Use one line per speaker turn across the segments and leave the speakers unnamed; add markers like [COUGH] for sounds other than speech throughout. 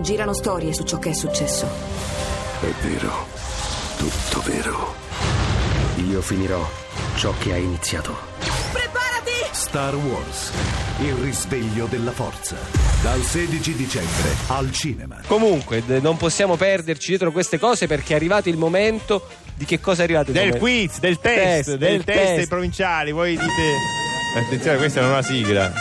Girano storie su ciò che è successo.
È vero, tutto vero. Io finirò ciò che ha iniziato.
Preparati!
Star Wars, il risveglio della forza. Dal 16 dicembre al cinema.
Comunque, d- non possiamo perderci dietro queste cose perché è arrivato il momento. Di che cosa è arrivato il
Del
momento?
quiz, del test,
Test,
del
del
test, dei
test.
provinciali. Voi dite. Attenzione, questa non è una sigla.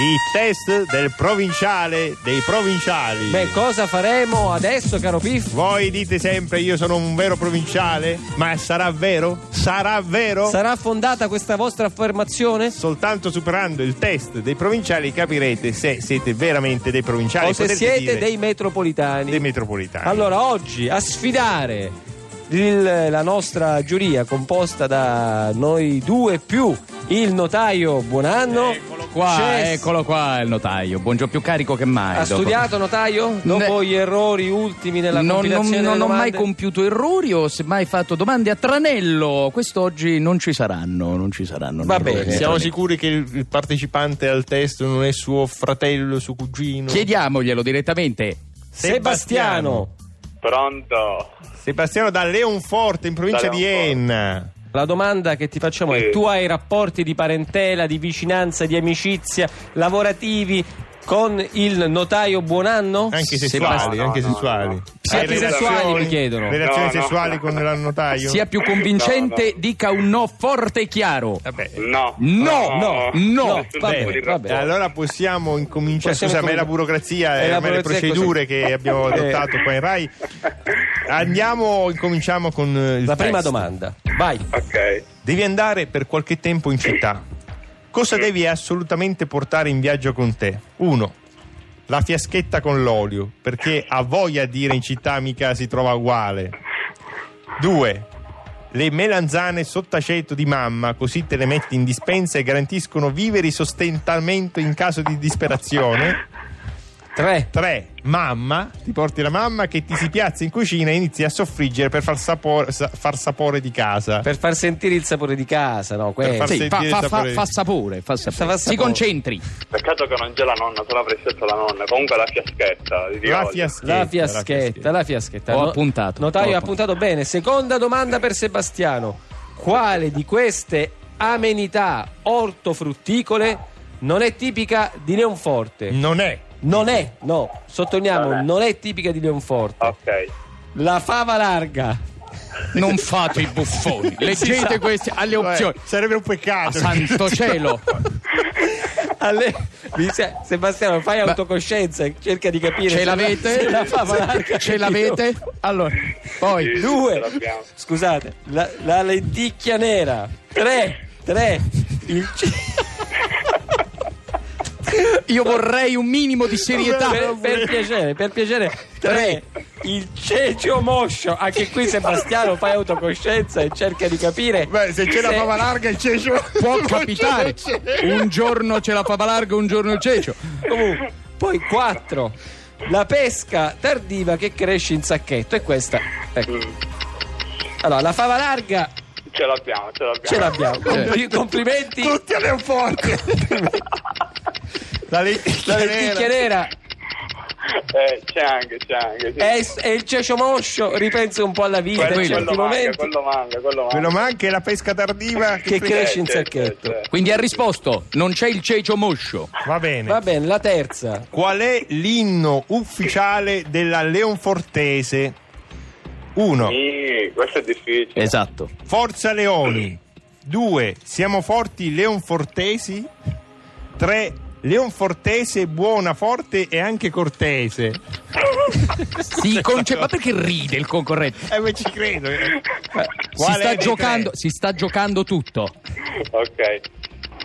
I test del provinciale dei provinciali.
Beh, cosa faremo adesso, caro Piff?
Voi dite sempre io sono un vero provinciale, ma sarà vero? Sarà vero?
Sarà fondata questa vostra affermazione?
Soltanto superando il test dei provinciali capirete se siete veramente dei provinciali
o se
Potete
siete
dire
dei metropolitani?
dei metropolitani.
Allora, oggi a sfidare il- la nostra giuria composta da noi due più il notaio Buonanno.
Qua,
C'è-
eccolo qua il notaio. Buongiorno, più carico che mai.
Ha
Eh, dopo-
studiato notaio? Dopo
Ne-
gli errori ultimi nella
Non, non-
compilazione
non
delle
ho mai
domande?
compiuto errori o semmai fatto domande a tranello. Quest'oggi non ci saranno, non ci saranno.
Va
né errori,
bene,
né
Siamo
tranelli.
sicuri che il il partecipante al test non è suo fratello, suo cugino?
Chiediamoglielo direttamente.
Sebastiano.
Pronto?
Sebastiano da Leonforte in provincia
Da
di
Leonforte.
Enna.
La domanda che ti facciamo è:
Sì.
tu hai rapporti di parentela, di vicinanza, di amicizia, lavorativi con il notaio Buonanno?
Anche
Sì,
sessuali,
basta.
anche
No, no,
sessuali.
no.
Sì,
Hai
anche sessuali,
relazioni-
mi chiedono.
Relazioni
No, no.
sessuali con l'annotaio?
Sia più convincente,
No, no.
dica un no forte e chiaro.
Eh,
Vabbè.
No.
No, no, no.
Va
Beh,
bene, va
E
bene.
allora possiamo incominciare,
Possiamo
scusa, ma è la
com-
burocrazia,
È
e
la
le
burocrazia,
procedure
così.
che abbiamo
Eh.
adottato qua in Rai. Andiamo, incominciamo con eh, il
La prima
test.
domanda, vai.
Ok.
Devi andare per qualche tempo in città. Cosa devi assolutamente portare in viaggio con te? 1. La fiaschetta con l'olio, perché a voglia dire in città mica si trova uguale. 2. Le melanzane sott'aceto di mamma, così te le metti in dispensa e garantiscono viveri sostentamento in caso di disperazione.
Tre.
3. Mamma, ti porti la mamma che ti si piazza in cucina e inizi a soffriggere per far sapore, sa- far sapore di casa.
Per far sentire il sapore di casa, no? Quello.
far
Sì.
Eh, Sì, fa,
sentire
fa- fa-
sapore.
fa sapore, fa sapore.
Fa
Si
sapore.
concentri.
Peccato che non c'è la nonna, se l'avrei scelto la nonna. Comunque la fiaschetta. di
La
olio.
fiaschetta,
La fiaschetta, la fiaschetta.
Ho
No-
appuntato,
Notaio
ho
ha appuntato bene. Seconda domanda per Sebastiano. Quale di queste amenità ortofrutticole non è tipica di Leonforte?
Non è.
Non è, no, sottolineiamo, non
Non
è,
è.
tipica di Leonforte.
Ok.
La fava larga.
Non fate i buffoni. Leggete queste alle opzioni.
Eh, sarebbe un
A
peccato.
santo
[LAUGHS]
cielo.
[LAUGHS] Alle- mi dice, Sebastiano, fai
Ma-
autocoscienza e cerca di capire
Ce
se la-
l'avete?
[LAUGHS] se La, fava larga
Ce l'avete? Allora, poi.
Sì, ce
Due,
l'abbiamo.
scusate, la, la lenticchia nera. Tre, tre, il ci-
Io vorrei un minimo di serietà.
per, per piacere, per piacere. Tre, il cecio moscio. Anche qui Sebastiano fai autocoscienza e cerca di capire.
Beh, se c'è la fava larga il cecio
Può capitare. Un giorno ce la fa larga, un giorno il cecio.
Comunque, poi 4. La pesca tardiva che cresce in sacchetto. E questa, ecco. Allora, la fava larga
Ce l'abbiamo, ce l'abbiamo.
ce l'abbiamo. Compli- complimenti.
[LAUGHS] tutti alle forte. la
La
lenticchia
lenticchia
nera.
nera
Eh, c'è anche, c'è anche. sì.
e, e il cecio moscio ripensa un po' alla vita
quello,
in certi
quello manca,
momenti
quello manca, quello manca.
Quello manca è la pesca tardiva
che
che
cresce in
C'è,
sacchetto.
c'è, c'è.
Quindi ha risposto: non c'è il cecio moscio.
Va bene.
Va bene, la terza.
Qual è l'inno ufficiale della Leonfortese? 1.
Sì, questo è difficile.
Esatto.
Forza Leoni. 2. Siamo forti leonfortesi. 3. Leonfortese buona, forte e anche cortese.
Si conce- Ma perché ride il concorrente?
Eh, ma ci credo.
Si
Quale
sta,
dei tre?
giocando, si sta giocando tutto.
Ok.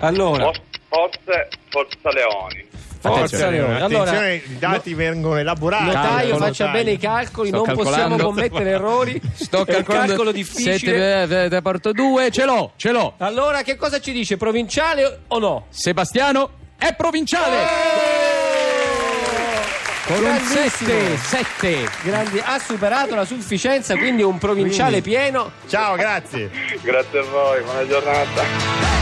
Allora,
For- Forse Forza Leoni.
Forza Leone. Allora,
Attenzione, i dati vengono elaborati.
notaio,
Calcolo,
faccia
Notaio.
bene i calcoli,
Sto
non possiamo
calcolando.
commettere errori. È un calcolo difficile.
Sette, eh, porto due, ce l'ho, ce l'ho.
Allora, che cosa ci dice? Provinciale o no?
Sebastiano è provinciale. Con un
Grandissimo.
7, 7.
Grandi- ha superato la sufficienza, quindi un provinciale pieno.
Ciao, grazie.
Grazie a voi, buona giornata.